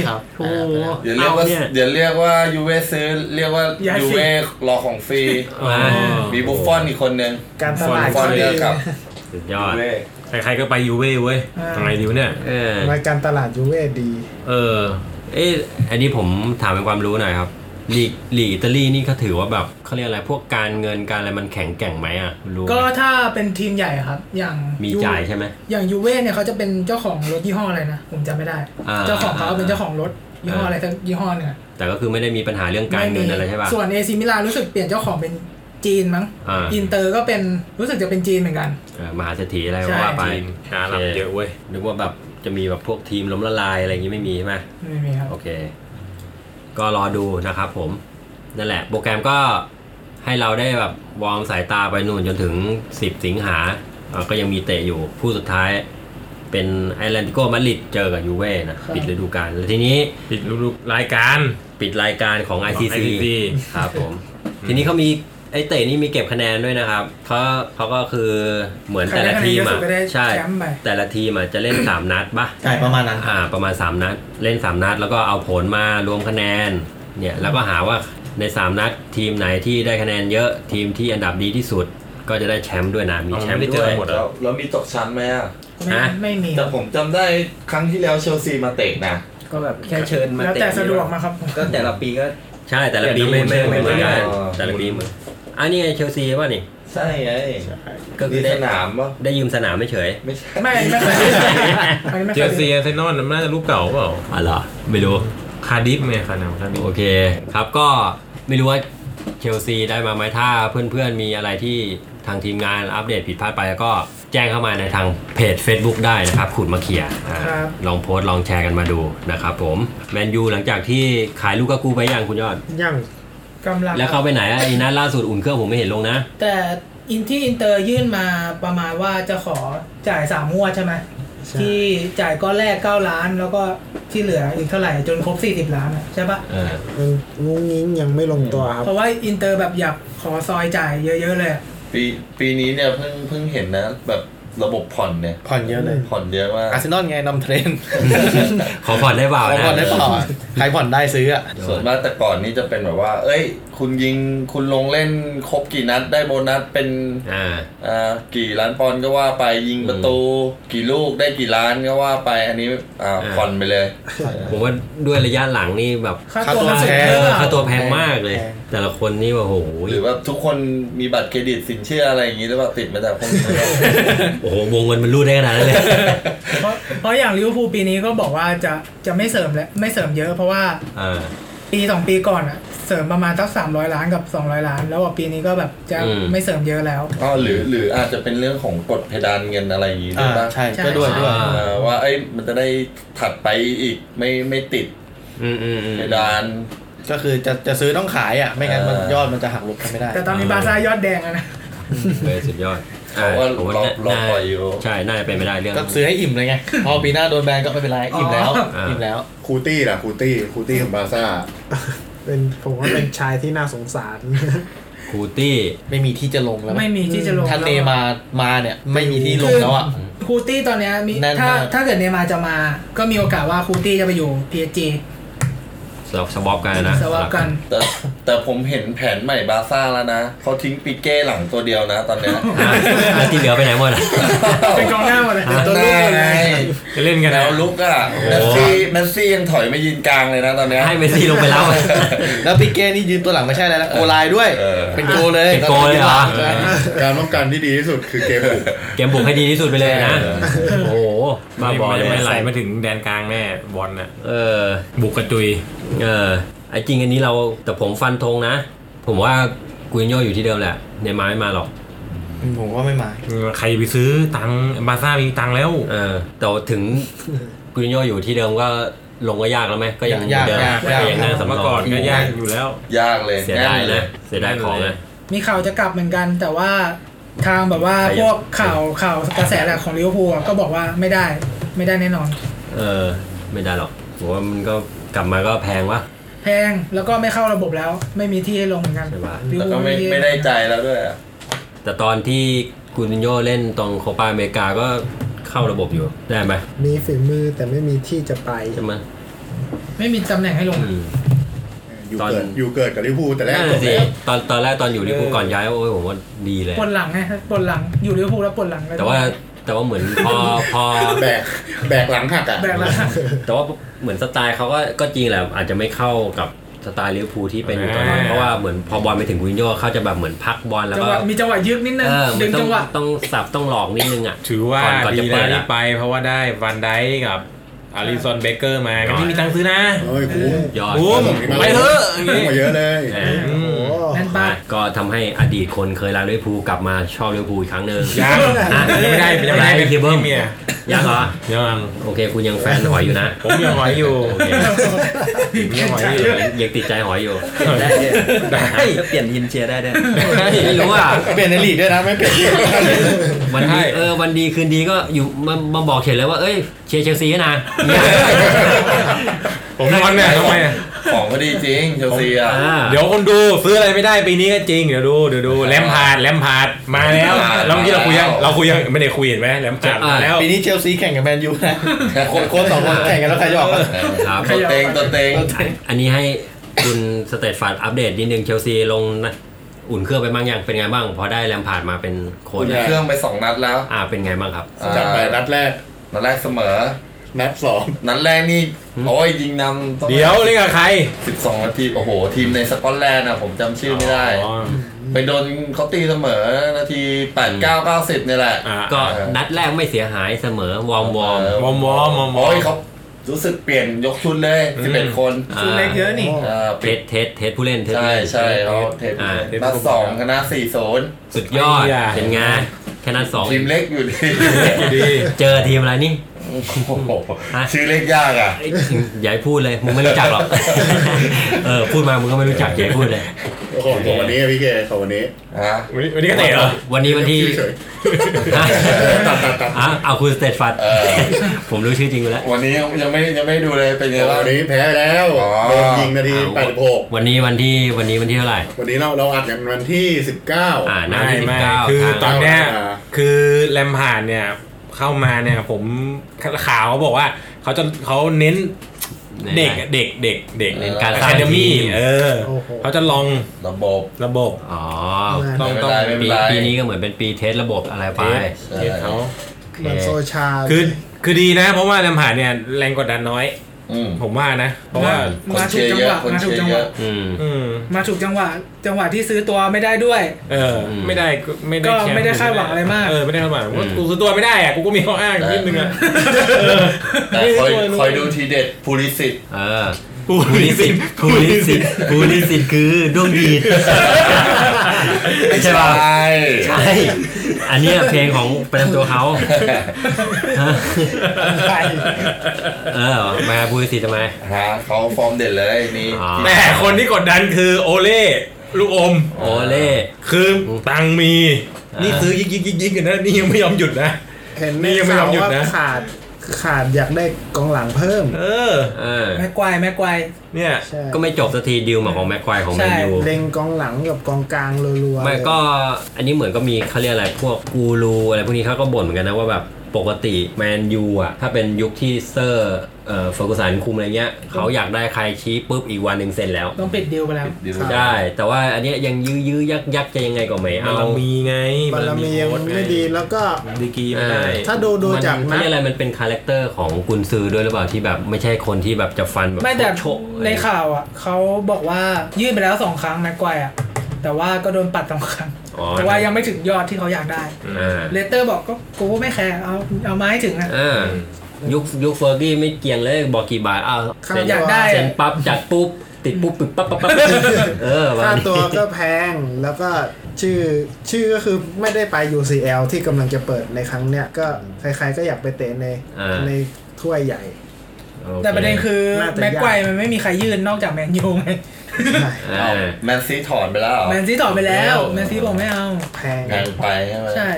Speaker 6: ครับ
Speaker 1: โอ้โห
Speaker 6: ไป
Speaker 5: อย่าเรี
Speaker 6: แล้ว
Speaker 5: ยกว่า
Speaker 1: เอาเนี่ย
Speaker 5: อย่าเรียกว่ายูเว่ซื้อเรียกว่า
Speaker 4: าสิ
Speaker 5: ยูเว่รอของฟรี
Speaker 1: อ่า
Speaker 5: มีบุฟฟอนอีกคนนึง
Speaker 3: การต
Speaker 5: บุ
Speaker 3: ลาด
Speaker 5: ฟฟอน
Speaker 3: ดี
Speaker 5: เดียวกับ
Speaker 1: สุดย
Speaker 5: ยู
Speaker 1: อด
Speaker 5: เว่
Speaker 2: ใครๆก็ไปยูเว่เว้ย
Speaker 4: อ่า
Speaker 2: ทำไงดีวะเนี่ย
Speaker 1: เออ
Speaker 3: ทำไมการตลาดยูเว่ดี
Speaker 2: เออ
Speaker 1: เอะอันนี้ผมถามเป็นความรู้หน่อยครับลีกลีกอิตาลีนี่เขาถือว่าแบบเขาเรียกอะไรพวกการเงินการอะไรมันแข็งแกร่งไหมอ่ะรู้ไหม
Speaker 4: ก็ถ้าเป็นทีมใหญ่อะครับ อย่าง
Speaker 1: มี
Speaker 4: ยู
Speaker 1: จ่ายใช่ไหม
Speaker 4: อย่างยูเว่เนี่ยเขาจะเป็นเจ้าของรถยี่ห้ออะไรนะ ผมจำไม่ได้
Speaker 1: อ่า
Speaker 4: เจ้าของเขาเป็นเจ้าของรถยี่ห้ออะไรสักยี่ห้อหนึ่งอะ
Speaker 1: แต่ก็คือไม่ได้มีปัญหาเรื่องการเงินอะไรใช่ป่ะ
Speaker 4: ส่วนเอซิมิลานรู้สึกเปลี่ยนเจ้าของเป็นจีนมั้ง
Speaker 1: อ่า
Speaker 4: อินเตอร์ก็เป็นรู้สึกจะเป็นจีนเหมือนกัน
Speaker 1: เออมหาเศรษฐีอะไร
Speaker 4: ใช่
Speaker 1: ว่าไป
Speaker 2: จีนอาหรับเยอะเว้ย
Speaker 1: นึกว่าแบบจะมีแบบพวกทีมล้มละลายอะไรอย่างงี้ไม่มีใช่ไหม
Speaker 4: ไม่มีครับ
Speaker 1: โอเค ก็รอดูนะครับผม นั่นแหละ โปรแกรมก็ให้เราได้แบบวอร์มสายตาไปนู่นจนถึง 10 สิงหาเอ่อก็ยังมีเตะอยู่ผู้สุดท้ายเป็นไอแลนติโกมาริดเจอกับยูเว่นะ
Speaker 4: ครับ
Speaker 1: ปิดฤดูกาลแล้วทีนี้
Speaker 2: ปิดลูกรายการ
Speaker 1: ปิดรายการของ ICC
Speaker 2: ICC
Speaker 1: ครับผม ทีนี้เขามีไอเตะนี่มีเก็บคะแนนด้วยนะครับเขาเขาก็คือเหมือนแต่ละทีม
Speaker 4: ใครได้คะแนนเย
Speaker 1: อะ
Speaker 4: อะสุดก็ได้
Speaker 1: ใช่
Speaker 4: แชมป์ไป
Speaker 1: แต่ละทีมอะจะเล่น [COUGHS] 3 นัดปะ
Speaker 6: ใช่ประมาณนั้น
Speaker 1: อ่า ประมาณ 3 นัด เล่น 3 นัด แล้วก็เอาผลมารวมคะแนนเนี่ยแล้วก็หาว่าใน 3 นัดทีมไหนที่ได้คะแนนเยอะทีมที่อันดับดีที่สุด ก็จะได้แชมป์ด้วยนะมี
Speaker 2: อ๋อ
Speaker 1: แชมป์
Speaker 2: ไม่ได้
Speaker 1: ด้วย
Speaker 2: เจอหมด
Speaker 5: แล้วแล้วมีตกชั้นไหมอ่ะ
Speaker 4: ไม่
Speaker 1: ฮะ
Speaker 4: ไม่มี
Speaker 5: แต่ผมจำได้ครั้งที่แล้วเชลซีมาเตะนะ
Speaker 7: ก็แบบแค่เชิญมา
Speaker 4: แล้ว
Speaker 7: เตะ
Speaker 4: แต่สะดวกมาครับ
Speaker 7: ก็แต่ละปีก็
Speaker 1: ใช่แต่ละปีไม่ไม่ไม่เหมือนกัน
Speaker 5: อ๋อ
Speaker 1: แต่ละปีเหมือนอันนี้ไงเชลซีป่ะนี่
Speaker 5: ใช่ไง
Speaker 1: ก็คือ
Speaker 5: มี
Speaker 1: ได้
Speaker 5: สนามปะ
Speaker 1: ได้ยืมสนามไม่เฉย
Speaker 5: ไม่ใช่
Speaker 4: ไม่ไม่เคยอันนี้ไม่
Speaker 2: เจ
Speaker 4: เค
Speaker 2: อย ซีอาร์เซนอลมันน่าจะรูปเก่าเป
Speaker 1: [LAUGHS]
Speaker 2: ล่า
Speaker 1: อ๋อเหรอไม่รู้
Speaker 2: คาร์ดิฟไงคาร์ดิฟคาร์ดิฟ
Speaker 1: โอเคครับก็ไม่รู้ว่าเชลซีได้มาไหมถ้าเพื่อนๆมีอะไรที่ทางทีมงานอัปเดตผิดพลาดไปก็แจ้งเข้ามาในทางเพจ Facebook ได้นะครับขุดมาเขียร์อ่า
Speaker 4: ครับ
Speaker 1: ลองโพสต์ลองแชร์กันมาดูนะครับผมแมนยูหลังจากที่ขายลูกกากูไปยังคุณยอด
Speaker 3: ยัง
Speaker 4: กำลัง
Speaker 1: แล้วเขาไปไหนอะไอ้นัดล่าสุดอุ่นเครื่องผมไม่เห็นลงนะ
Speaker 4: แต่อินที่อินเตอร์ยื่นมาประมาณว่าจะขอจ่ายสามงวดใช่ไหม
Speaker 3: ใช่
Speaker 4: ที่จ่ายก้อนแรก 9 ล้าน แล้วก็ที่เหลืออีกเท่าไหร่จนครบ 40 ล้านอะใช่ปะ
Speaker 1: เออ
Speaker 3: มันงุ้งงิ้งยังไม่ลงตัวครับ
Speaker 4: เพราะว่าอินเตอร์แบบอยากขอซอยจ่ายเยอะๆเลยอะ
Speaker 5: ปีปีนี้เนี่ยเพิ่งเพิ่งเห็นนะ แบบระบบผ่อนเนี่ย
Speaker 6: ผ่อนเยอะเลย
Speaker 5: ผ่อนเยอะมาก
Speaker 6: อาร์เซนอลไงนำเทรนด์
Speaker 1: ขอผ่อนได้เปล่า
Speaker 6: ขอ
Speaker 1: นะ
Speaker 6: ผ่อนได้เปล่าอ่ะใครผ่อนได้ซื้ออ่ะ
Speaker 5: ส่วนมากแต่ก่อนนี้จะเป็นแบบว่า เอ้ย คุณยิงคุณลงเล่นครบกี่นัดได้โบนัสเป็น
Speaker 1: อ่า
Speaker 5: อ่ากี่ล้านปอนด์ก็ว่าไปยิงประตู กี่ลูกได้กี่ล้านก็ว่าไป อันนี้อ่า
Speaker 1: อ่า
Speaker 5: ผ่อนไปเลย
Speaker 1: ผมว่าด้วยระยะหลังนี่แบบ
Speaker 4: ค่า
Speaker 6: ค่า
Speaker 4: ตัว
Speaker 6: ตัว
Speaker 4: มันสูง
Speaker 6: แพ
Speaker 4: เย
Speaker 6: ง
Speaker 1: เออ
Speaker 4: อะ
Speaker 1: ค่า
Speaker 4: อะ
Speaker 1: ตัวแพงมากเลย แต่ละคนนี่ว่าโอ้โห
Speaker 5: หรือว่าทุกคนมีบัตรเครดิตสินเชื่ออะไรอย่างนี้หรือเปล่าติดมาจากพวกนี้
Speaker 1: โอ้โหวงเงินมันรูดได้ขนาดนั้นเลย
Speaker 4: เพราะเพราะอย่างลิเวอร์พูลปีนี้ก็บอกว่าจะจะไม่เสริมแล้วไม่เสริมเยอะเพราะว่า
Speaker 1: อ่า
Speaker 4: ปีสองปีก่อนอะเสริมประมาณสักสามร้อยล้านกับสองร้อยล้าน แล้วอะปีนี้ก็แบบจะ
Speaker 1: อืม
Speaker 4: ไม่เสริมเยอะแล้ว
Speaker 5: อ๋อหรือหรืออาจจะเป็นเรื่องของกฎเพดานเงินอะไรอย่างนี้ด้ว
Speaker 6: อ่าย
Speaker 5: ปะ
Speaker 6: ใช่
Speaker 4: ใช่
Speaker 6: ก็ด้วยด้วย
Speaker 5: อ่าว่าเอ้ยมันจะได้ถัดไปอีกไม่ไม่ติด
Speaker 1: อืมอืมอืม
Speaker 5: เพดาน
Speaker 6: ก็คือจะจะซื้อต้องขายอ่ะ ไม่งั้นมัน
Speaker 5: เออ
Speaker 6: ยอดมันจะหักลบกันไม่ได้
Speaker 4: แต่ตอนนี้บาร์ซ่ายอดแดงแล้วนะ
Speaker 1: เออสุดยอดอ่
Speaker 5: เขาว่า
Speaker 1: ผม
Speaker 5: รอ
Speaker 1: น่
Speaker 5: รอ
Speaker 1: น่า
Speaker 5: คอยอยู่
Speaker 1: ใช่ น่าจะเป็นไม่ได้เรื่อง
Speaker 6: ก็ซื้อให้อิ่มเลยไง พอปีหน้าโดนแบนก็ไม่เป็นไร อิ่มแล้ว
Speaker 1: า
Speaker 6: อิ่มแล้ว
Speaker 8: คูตี้ล่ะคูตี้คูตี้ของบาร์ซ่า
Speaker 3: เป็นผมว่าเป็นชายที่น่าสงสาร
Speaker 1: คูตี้
Speaker 6: ไม่มีที่จะลงแล้ว
Speaker 4: ไม่มีที่จะลง
Speaker 6: ถ้าเนมามาเนี่ย ไม่มีที่ลงแล้วอ่ะ
Speaker 4: คูตี้ตอนเนี้ยมี
Speaker 6: แน่นมาก
Speaker 4: ถ้าถ้าเกิดเนมาจะมา ก็มีโอกาสว่าคูตี้จะไปอยู่ PSG
Speaker 1: สวสวอปกันนะ
Speaker 4: สวับกัน
Speaker 5: แต่แต่ผมเห็นแผนใหม่บาร์ซ่าแล้วนะเขาทิ้งปิเก้หลังตัวเดียวนะตอนเนี้ย
Speaker 1: อ่ะอ่ะที่เหลือไปไหนหมดอ่ะ
Speaker 4: เป็นกองหน้าหมดเลย
Speaker 1: อ่า
Speaker 4: ตัวลูก
Speaker 5: ไง
Speaker 2: จะเล่นกัน
Speaker 5: แน
Speaker 2: นะ
Speaker 5: วลุกอ่ะ
Speaker 1: โอ้
Speaker 5: เมส
Speaker 1: โห
Speaker 5: ซี่เมสซี่ยังถอยไม่ยืนกลางเลยนะตอนเนี้ย
Speaker 1: ให้เมสซี่ลงไปแล้ว
Speaker 6: แล้วปิเก้นี่ยืนตัวหลังไม่ใช่อะไรแล้วโกลายด้วย
Speaker 5: เออ
Speaker 6: เป็นโกเลย
Speaker 1: เป็นโกเลยเหรอ
Speaker 6: ใช่
Speaker 8: การป้องกันที่ดีที่สุดคือเกมบุก
Speaker 1: เกมบุกให้ดีที่สุดไปเลยนะ โอ้โห บ้า
Speaker 2: ไม่
Speaker 1: บอเลย
Speaker 2: ไม่ไหลมาถึงแดนกลางแน่บอลน่ะ
Speaker 1: เออ
Speaker 2: บุกกระจุย
Speaker 1: เออ ไอ้จริงอันนี้เราแต่ผมฟันธงนะ ผมว่ากุยโยอยู่ที่เดิมแหละเนย์มาร์ไม่มาหรอก
Speaker 6: ผมว่าไม่มา
Speaker 2: ใครไปซื้อตังค์บาร์ซ่ามีตังค์แล้ว
Speaker 1: เออแต่ถึงกุยโยอยู่ที่เดิมก็ลงก็ยากแล้วไหมก็ยัง
Speaker 6: ยาก
Speaker 1: เดิม
Speaker 6: ยากยาก
Speaker 1: ก็ยังนั่งสำร
Speaker 2: เมื่อ
Speaker 1: อ
Speaker 2: ก่อน
Speaker 1: ง
Speaker 2: ก็ยากอยู่แล้ว
Speaker 5: ยากเลย
Speaker 1: เสียดาย
Speaker 5: แน่นเล
Speaker 1: นะเสียดายของนะ
Speaker 4: มีข่าวจะกลับเหมือนกัน แต่ว่าทางแบบว่า
Speaker 1: ใครอยาก
Speaker 4: พวกข่าวข่าวกระแสหลักของลิเวอร์พูลอะก็บอกว่าไม่ได้ไม่ได้แน่นอน
Speaker 1: เออไม่ได้หรอกผมว่ามันก็กลับมาก็แพงวะ
Speaker 4: แพงแล้วก็ไม่เข้าระบบแล้วไม่มีที่ให้ลงเหมือนกัน
Speaker 1: ใช่ปะ
Speaker 4: ลิเว
Speaker 5: แต่
Speaker 4: อร์พู
Speaker 5: ก็
Speaker 4: ล
Speaker 5: ไม่ไม่ได้ใจแล้วด้วยอะ
Speaker 1: แต่ตอนที่กูนินโยเล่นตรงโคปาอเมริกาก็เข้าระบบอยู่ได้ไหม
Speaker 3: มีฝีมือแต่ไม่มีที่จะไป
Speaker 1: ใช่ไหม
Speaker 4: ไม่มีตำแหน่งให้ลง
Speaker 1: อืม
Speaker 8: อยู่
Speaker 1: ตอน
Speaker 8: เกิดอยู่เกิดกับลิเวอร์พูลแต่แรก
Speaker 1: นั่น
Speaker 8: จบ
Speaker 1: น่ะสิ
Speaker 8: แล้ว
Speaker 1: ตอนตอนแรกตอนอยู่ลิเวอร์พูล
Speaker 8: เออ
Speaker 1: ก่อนย้ายโอ้ยผมว่าดีเลย
Speaker 4: ปวดหลังไงปวดหลังอยู่ลิเวอร์พูลแล้วปวดหลังเลย
Speaker 1: แต่ว่าแต่ว่าเหมือนพอพอ
Speaker 8: แบกแบกหลังหักอ่ะ
Speaker 4: แบกหลังหัก
Speaker 1: แต่ว่าเหมือนสไตล์เขาก็ก็จริงแหละอาจจะไม่เข้ากับสไตล์ลิเวอร์พูลที่เป็นอยู่ตอนนั้น
Speaker 2: อ่า
Speaker 1: เพราะว่าเหมือนพอบอลไปถึงกุนโยเขาจะแบบเหมือนพักบอลแล้ว
Speaker 4: จัง
Speaker 1: ก็
Speaker 4: หวะมีจังหวะยึกนิดนึง
Speaker 1: เออมั
Speaker 4: ดึ
Speaker 1: น
Speaker 4: ง
Speaker 1: ต้อ
Speaker 4: จั
Speaker 1: ง
Speaker 4: งหวะ
Speaker 1: ต้องสับต้องหลอกนิดนึงอ่ะ
Speaker 2: ถือว่า
Speaker 1: ก่อนก่อนจะ
Speaker 2: ดี
Speaker 1: เปิ
Speaker 2: นะ
Speaker 1: ด
Speaker 2: ที่
Speaker 1: อ่ะ
Speaker 2: ไปเพราะว่าได้วันไดซ์กับอาริสันเบเกอร์มาก็ไม่มีตังค์ซื้อนะ
Speaker 8: เฮ้ยคุ้ม
Speaker 1: ยอด
Speaker 2: บุ้มไปเถอะอย่างงี้
Speaker 8: คุ้มกว่าเยอะเลย
Speaker 1: เออ
Speaker 2: อืม
Speaker 3: โอ้
Speaker 4: แน่นปะ
Speaker 1: ก็ทำให้อดีตคนเคยรักลิเวอร์พูลกลับมาชอบลิเวอร์พูลอีกครั้งหนึ่ง
Speaker 2: ยัง
Speaker 1: อ่ะ
Speaker 2: ยังไม่ได้ยังไม่ได้เป็น
Speaker 1: เคเบิล
Speaker 2: เมีย
Speaker 1: ยังเหรอ
Speaker 2: ยัง
Speaker 1: โอเค คุณยังแฟนหอยอยู่นะ
Speaker 2: ผมยังหอยอยู่
Speaker 1: โอเค
Speaker 2: ยังหอยอยู่
Speaker 1: ยังติดใจหอยอยู่
Speaker 7: ได้เลย
Speaker 2: ได้
Speaker 7: ก็เปลี่ยนยินเชียร์ได้ด้วย
Speaker 1: ไม่รู้อ่ะ
Speaker 6: เปลี่ยนในลีกด้วยนะไม่เปลี่ยนที่อื่น
Speaker 1: วันดี
Speaker 2: ใช่
Speaker 1: เออวันดีคืนดีก็อยู่มามาบอกเฉยเลยว่าเอ้ยเชียร์เชลซีนะ
Speaker 2: ผมงอนเนี่ยทำไมอะ
Speaker 5: ของก็ดีจริงเชลซีอ่ะ
Speaker 1: อ่า
Speaker 2: เดี๋ยวคนดูซื้ออะไรไม่ได้ปีนี้ก็จริง เดี๋ยวดูเดี๋ยวดูแลมพาร์ดแลมพาร์ดมาแล้ว
Speaker 5: มาแล้ว
Speaker 2: แล้วเมื่อกี้เราคุยยังเราคุยยังไม่ได้คุยเห็นไหมแลมพาร์ดมาแล้ว
Speaker 6: ปีนี้เชลซีแข่งกับแมนยูนะโค้ชสองคนแข่งกันแล้วใครจะออกอะ
Speaker 1: ครับ
Speaker 5: ตัวเต็งตัวเต็ง
Speaker 1: อันนี้ให้คุณสเตตฟันอัปเดตนิดนึงเชลซีลงนะอุ่นเครื่องไปบ้างยังเป็นไงบ้าง พอได้แลมพาร์ดมาเป็นโค้ช
Speaker 5: อุ่น
Speaker 1: แล้ว
Speaker 5: เครื่องไปสองนัดแล้ว
Speaker 1: อ่าเป็นไงบ้างครับ
Speaker 8: จัดไปนัดแรก
Speaker 5: นัดแรกเสมอ
Speaker 8: นัดสอง
Speaker 5: นัดแรกนี่โอ้ยยิงนำต้อง
Speaker 2: เดี๋ยวนี่กับใคร
Speaker 5: สิบสองนาทีโอ้โห ทีมในสกอตแลนด์นะผมจำชื่อไม่ได้
Speaker 2: อ๋อ
Speaker 5: ไปโดนเขาตีเสมอนาทีแปดเก้าเก้าสิบเนี่ยแหละ
Speaker 2: อ่ะ
Speaker 1: ก็นัดแรกไม่เสียหายเสมอวอร์มวอร์ม
Speaker 5: เ
Speaker 2: มอมมอมมอม
Speaker 5: โอ้ยเขารู้สึกเปลี่ยนยกชุดเลย
Speaker 2: อื
Speaker 5: สิบเอ็ด
Speaker 2: ม
Speaker 5: คน
Speaker 1: อ่า
Speaker 4: ชุดเล็กเยอะนี่
Speaker 5: อ่า
Speaker 1: เทสเทสเทสผู้เล่นเทส
Speaker 5: ใช่
Speaker 1: ผู้เล่น
Speaker 5: ใช่เขาเทป
Speaker 1: อ่า
Speaker 5: นัดสองคณะสี่ศูนย์
Speaker 1: สุดยอด
Speaker 2: ไอ้ยา
Speaker 1: เป็นไงแค่นัดสอง
Speaker 5: ทีมเล็กอยู่ดี
Speaker 2: ดี
Speaker 1: เจอทีมอะไรนี่
Speaker 5: โอ้โห
Speaker 1: ฮะ
Speaker 5: ชื่อเล็กยากอ่ะ
Speaker 1: เอ้ยอย่าให้พูดเลยมึงไม่รู้จักห [LAUGHS] รอก เออพูดมามึงก็ไม่รู้จักอย่าให้พูดเลย
Speaker 8: โอ้โหของวันนี้อะพี่เกของวันนี้
Speaker 5: ฮะ
Speaker 2: วันนี้วันนี้ก็เตะเหรอ
Speaker 1: วันนี้วันที่
Speaker 8: ชื่อเฉย
Speaker 1: ฮะ
Speaker 8: ตัดตัดตัด
Speaker 1: อ่ะเอาคุณสเตตฟัด
Speaker 5: เออ
Speaker 1: ผมรู้ชื่อจริงอยู่แล้ว
Speaker 5: วันนี้ยังไม่ยังไม่ดูเลยเป็นไงบ้าง
Speaker 8: วันนี้แพ้แล้ว
Speaker 5: อ๋อ
Speaker 8: โดนยิงนาที
Speaker 1: เอา
Speaker 8: 86
Speaker 1: วันนี้วันที่วันนี้วันที่เท่าไหร่
Speaker 8: วันนี้เราเราอัดกันวันที่ 19
Speaker 1: อ่าหน้าที่สิบ
Speaker 2: ไม่
Speaker 1: เก้า
Speaker 2: ไม่คือตอนเนี้ย
Speaker 8: อ่า
Speaker 2: คือแลมพาร์ดเนี่ยเข้ามาเนี่ยผมข่าวเขาบอกว่าเขาจะเขาเน้นเด็กเด็กเด็กเด็ก
Speaker 1: เน้นการสร้าง
Speaker 2: อะคาเดมี่
Speaker 1: ทีม
Speaker 2: เออ
Speaker 3: โอ้โห
Speaker 2: เขาจะลอง
Speaker 5: ระบบ
Speaker 2: ระบบ
Speaker 1: อ๋อ
Speaker 3: เหมื
Speaker 2: ต้
Speaker 3: อ
Speaker 2: อน งต้อง
Speaker 5: ไม่เป็นไรไม่เป็น
Speaker 1: ปี
Speaker 5: ไร
Speaker 1: ปีนี้ก็เหมือนเป็นปีเทสระบบอะไรไป
Speaker 2: เทสเขา
Speaker 3: เหมือนโซชา
Speaker 2: คือคือดีนะ เพราะว่าแลมพาร์ดเนี่ยแรงกดดันน้อย
Speaker 5: อืม
Speaker 2: ผมว่านะ เพราะว่า
Speaker 5: คน
Speaker 4: มาถู
Speaker 5: เชี
Speaker 4: ก
Speaker 5: ยร์เย
Speaker 4: จังห
Speaker 5: อะ
Speaker 4: วะ
Speaker 5: คน
Speaker 4: มาถู
Speaker 5: เชีย
Speaker 4: ก
Speaker 5: ร์
Speaker 4: จัง
Speaker 5: เยว
Speaker 4: หะ
Speaker 5: อะ
Speaker 1: อืม
Speaker 2: อืม
Speaker 4: มาถูกจังหวะ จังหวะที่ซื้อตัวไม่ได้ด้วย
Speaker 2: เอออ
Speaker 1: ม
Speaker 2: ไม่ได้ไม่ได้
Speaker 4: ก็
Speaker 2: แชป์
Speaker 4: ไม่ได้คาดหวังอะไรมาก
Speaker 2: เออไม่ได้คาดหวังว่า
Speaker 1: อืม
Speaker 2: กูซื้อตัวไม่ได้อะกูก็มีข้ออ้างนิดนึงอะ
Speaker 5: แต่คอยคอยดูทีเด็ดพูลิสิต
Speaker 1: เออ
Speaker 2: กู
Speaker 1: ผู้
Speaker 2: มี
Speaker 1: นิ
Speaker 2: สิ
Speaker 1: สิ
Speaker 2: ท
Speaker 1: ต
Speaker 2: ธิ์กู
Speaker 1: ผู้
Speaker 2: มี
Speaker 1: นิ
Speaker 2: สิ
Speaker 1: สิ
Speaker 2: ท
Speaker 1: ต
Speaker 2: ธิ์
Speaker 1: ผู้นิสิตคือดวงดีดไม่ใช่ป่ะ ใช่ อันเนี้ยเพลงของประจำตัวเขา เออ มาพูดสิทำไม
Speaker 5: ฮะเขาฟอร์มเด่นเลยนี่
Speaker 1: อ๋อ
Speaker 5: ที่
Speaker 2: แต่คนที่กดดันคือโอเล่ลูกอม
Speaker 1: โอเล่
Speaker 2: คือตังมี
Speaker 1: อ่านี่
Speaker 2: นี่ซื้อยิกยิกยิกยิกกันนะ นี่ยังไม่ยอมหยุดนะ
Speaker 3: เห็น
Speaker 2: นี่
Speaker 3: ใน
Speaker 2: ยังไม่ย
Speaker 3: ข่า
Speaker 2: อ
Speaker 3: ว
Speaker 2: มหยุด
Speaker 3: ว่า
Speaker 2: นะ
Speaker 3: ขาดขาดอยากได้กองหลังเพิ่ม
Speaker 2: เออ
Speaker 1: เออ
Speaker 4: แม็กไกวายแม็กไกวาย
Speaker 2: เนี่ย
Speaker 3: ใช่
Speaker 1: ก็ไม่จบสักทีดิวของแม็กควายของแมนยู
Speaker 3: เล็งกองหลังกับกองกลางรัวๆ
Speaker 1: ไม่
Speaker 3: เลย
Speaker 1: ก็อันนี้เหมือนก็มีเขาเรียกอะไรพวกกูรูอะไรพวกนี้เขาก็บ่นเหมือนกันนะว่าแบบปกติแมนยูอ่ะ ถ้าเป็นยุคที่เซอร์เอ่อเฟอร์กูสันคุมอะไรเงี้ยเขาอยากได้ใครชี้ปุ๊บอีกวันหนึ่งเซ็นแล้ว
Speaker 4: ต้องปิดดีลไปแล้ว
Speaker 5: ดีล
Speaker 1: ได้ แต่ว่าอันเนี้ยยังยื้อยื้อยักยักจะยังไงก็ไม่
Speaker 2: บา
Speaker 1: เอา
Speaker 2: รมีไง
Speaker 3: บารมียัง
Speaker 2: โค้ช
Speaker 3: ไม่ดีแล้วก็
Speaker 2: ดีกรีไม่ได้
Speaker 1: เออ
Speaker 3: ถ้าดูดู
Speaker 1: มัน
Speaker 3: จาก
Speaker 1: เขา
Speaker 3: นัด
Speaker 1: เรียกอะไรมันเป็นคาแรคเตอร์ของกุนซือด้วยหรือเปล่าที่แบบไม่ใช่คนที่แบบจะฟันแบบ
Speaker 4: ไม่แต่
Speaker 1: โชกๆ
Speaker 4: ในข่าวอ่ะเขาบอกว่ายื่นไปแล้วสองครั้งแม็กไกวายอ่ะ แต่ว่าก็โดนปัดสองครั้ง
Speaker 1: อ๋อ
Speaker 4: แต่ว่ายังไม่ถึงยอดที่เขาอยากได้
Speaker 1: อ่า
Speaker 4: เลเตอร์บอกก็กูไม่แคร์เอาเอามาให้ถึงนะ
Speaker 1: อ่ายุคยุคเฟอร์กี้ไม่เกี่ยงเลยบอกกี่บาทอ้าวเซ็น
Speaker 3: อยากได้
Speaker 1: เซ็นปั๊บจัดปุ๊บ ติดปุ๊บปึ๊บปั๊บปั๊บปั๊บเออประ
Speaker 3: ค่า
Speaker 1: มาณ
Speaker 3: ตัว
Speaker 1: นี้
Speaker 3: ก็แพงแล้วก็ชื่อชื่อก็คือไม่ได้ไป UCL ที่กำลังจะเปิดในครั้งเนี้ยก็ใครๆก็อยากไปเตะในในถ้วยใหญ่ [LAUGHS]
Speaker 1: โอค
Speaker 4: แต่ประเด็นคือ
Speaker 3: น่าจะยาก
Speaker 4: แม็กไกวร์มันไม่มีใครยื่นนอกจากแมนยูไง
Speaker 3: ใช่
Speaker 1: อ่า
Speaker 5: แมนซีถอนไปแล้วเหรอ
Speaker 4: แมนซีต่อไปแล้วแมนซีบอกไม่เอา
Speaker 3: แพง
Speaker 5: งานไปใช่ไหม
Speaker 4: ใช่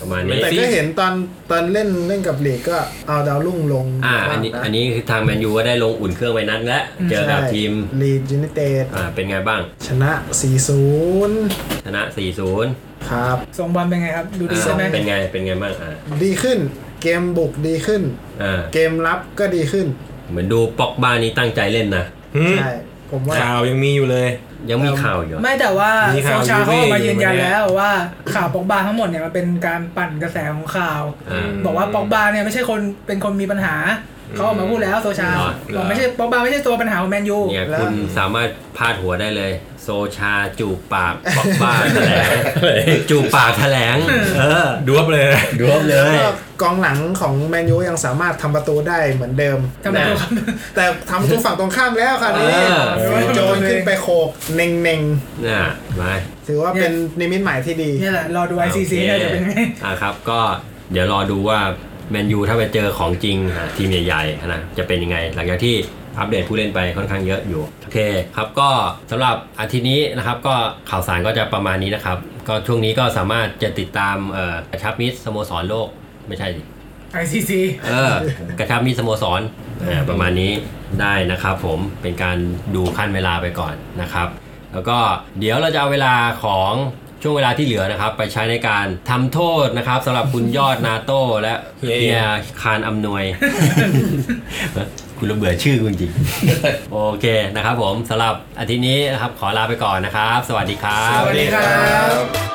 Speaker 1: ประมาณนี้
Speaker 3: แต่ก็เห็นตอนตอนเล่นเล่นกับเลกก็เอาดาวรุ่งลง
Speaker 1: อ่า อันนี้ อันนี้คือทางแมนยูก็ได้ลงอุ่นเครื่องไว้นั้นและ เจอกับทีม
Speaker 3: ลีดยูไนเต็ด
Speaker 1: อ่า เป็นไงบ้าง
Speaker 3: ชนะ 4-0
Speaker 1: ชนะ 4-0
Speaker 3: ครับ
Speaker 4: ทรงบอลเป็นไงครับ ดูดี
Speaker 1: อ่า
Speaker 4: ใช่ไหม
Speaker 1: เป็นไง เป็นไงบ้าง อ่า
Speaker 3: ดีขึ้นเกมบุกดีขึ้น
Speaker 1: อ่า
Speaker 3: เกมรับก็ดีขึ้น
Speaker 1: เหมือนดูปอกบ้านี้ตั้งใจเล่นนะ
Speaker 2: หืม
Speaker 3: ใช่ ผมว่า
Speaker 2: ข่าวยังมีอยู่เลย
Speaker 1: ยังมีข่าวอยู่อะ
Speaker 4: ไม่แต่ว่า
Speaker 2: มี
Speaker 4: โซ
Speaker 2: ข่าว
Speaker 4: ชาเขาออกมายืนยัน
Speaker 2: อยู่เนี่ย
Speaker 4: แล้วว่าข่าวปอกบาทั้งหมดเนี่ยมันเป็นการปั่นกระแสของข่าว
Speaker 1: อ่า
Speaker 4: บอกว่าปอกบาเนี่ยไม่ใช่คนเป็นคนมีปัญหา เขาออกมาพูดแล้วโซชา
Speaker 1: เหรอ
Speaker 4: บอกไม่ใช่ปอกบาไม่ใช่ตัวปัญหาของแมนยู
Speaker 1: เนี่ย
Speaker 3: แล้ว
Speaker 1: คุณสามารถพาดหัวได้เลย โซชาจูบปากปอกบ้าแถล
Speaker 2: [LAUGHS]
Speaker 1: ง จูบปากแถล
Speaker 4: [LAUGHS]
Speaker 1: ง เออ
Speaker 2: ดวบเลยนะ
Speaker 1: ดวบเล
Speaker 3: แล้ว
Speaker 1: ย
Speaker 3: ก็กองหลังของแมนยูยังสามารถทำประตูได้เหมือนเดิม [LAUGHS]
Speaker 4: ทำไมครับ
Speaker 3: แต่ทำประตูฝั่งตรงข้ามแล้วคราวนี้
Speaker 1: เออ
Speaker 3: โจนขึ้นไปโขกเน่งเน่ง
Speaker 1: น่ะมา
Speaker 3: ๆถือว่าเป็นนิมิตหมายที่ดี
Speaker 4: เนี่ยแหละ รอดูไอซีซีเนี่ยจะเป็นไง
Speaker 1: อ่าครับ ก็เดี๋ยวรอดูว่าแมนยูถ้าไปเจอของจริงอ่ะทีมใหญ่ๆนะจะเป็นยังไง หลังจากที่อัปเดตผู้เล่นไปค่อนข้างเยอะอยู่ โอเคครับก็สำหรับอาทิตย์นี้นะครับ ก็ข่าวสารก็จะประมาณนี้นะครับ ก็ช่วงนี้ก็สามารถจะติดตามเอ่อกระชับมิตรสโมสรโลกไม่ใช่ดิ
Speaker 4: ไอซีซี
Speaker 1: เออกระชับมีสโมสรเออประมาณนี้ได้นะครับผมเป็นการดูขั้นเวลาไปก่อนนะครับ แล้วก็เดี๋ยวเราจะเอาเวลาของช่วงเวลาที่เหลือนะครับ ไปใช้ในการทำโทษนะครับสำหรับคุณยอดนาโต้และเฮียคานอำนวย [LAUGHS] คุณระเบื่อชื่อคุณจริง โอเคนะครับผมสำหรับอาทิตย์นี้นะครับขอลาไปก่อนนะครับ สวัสดีครับ
Speaker 4: สวัสดีครับ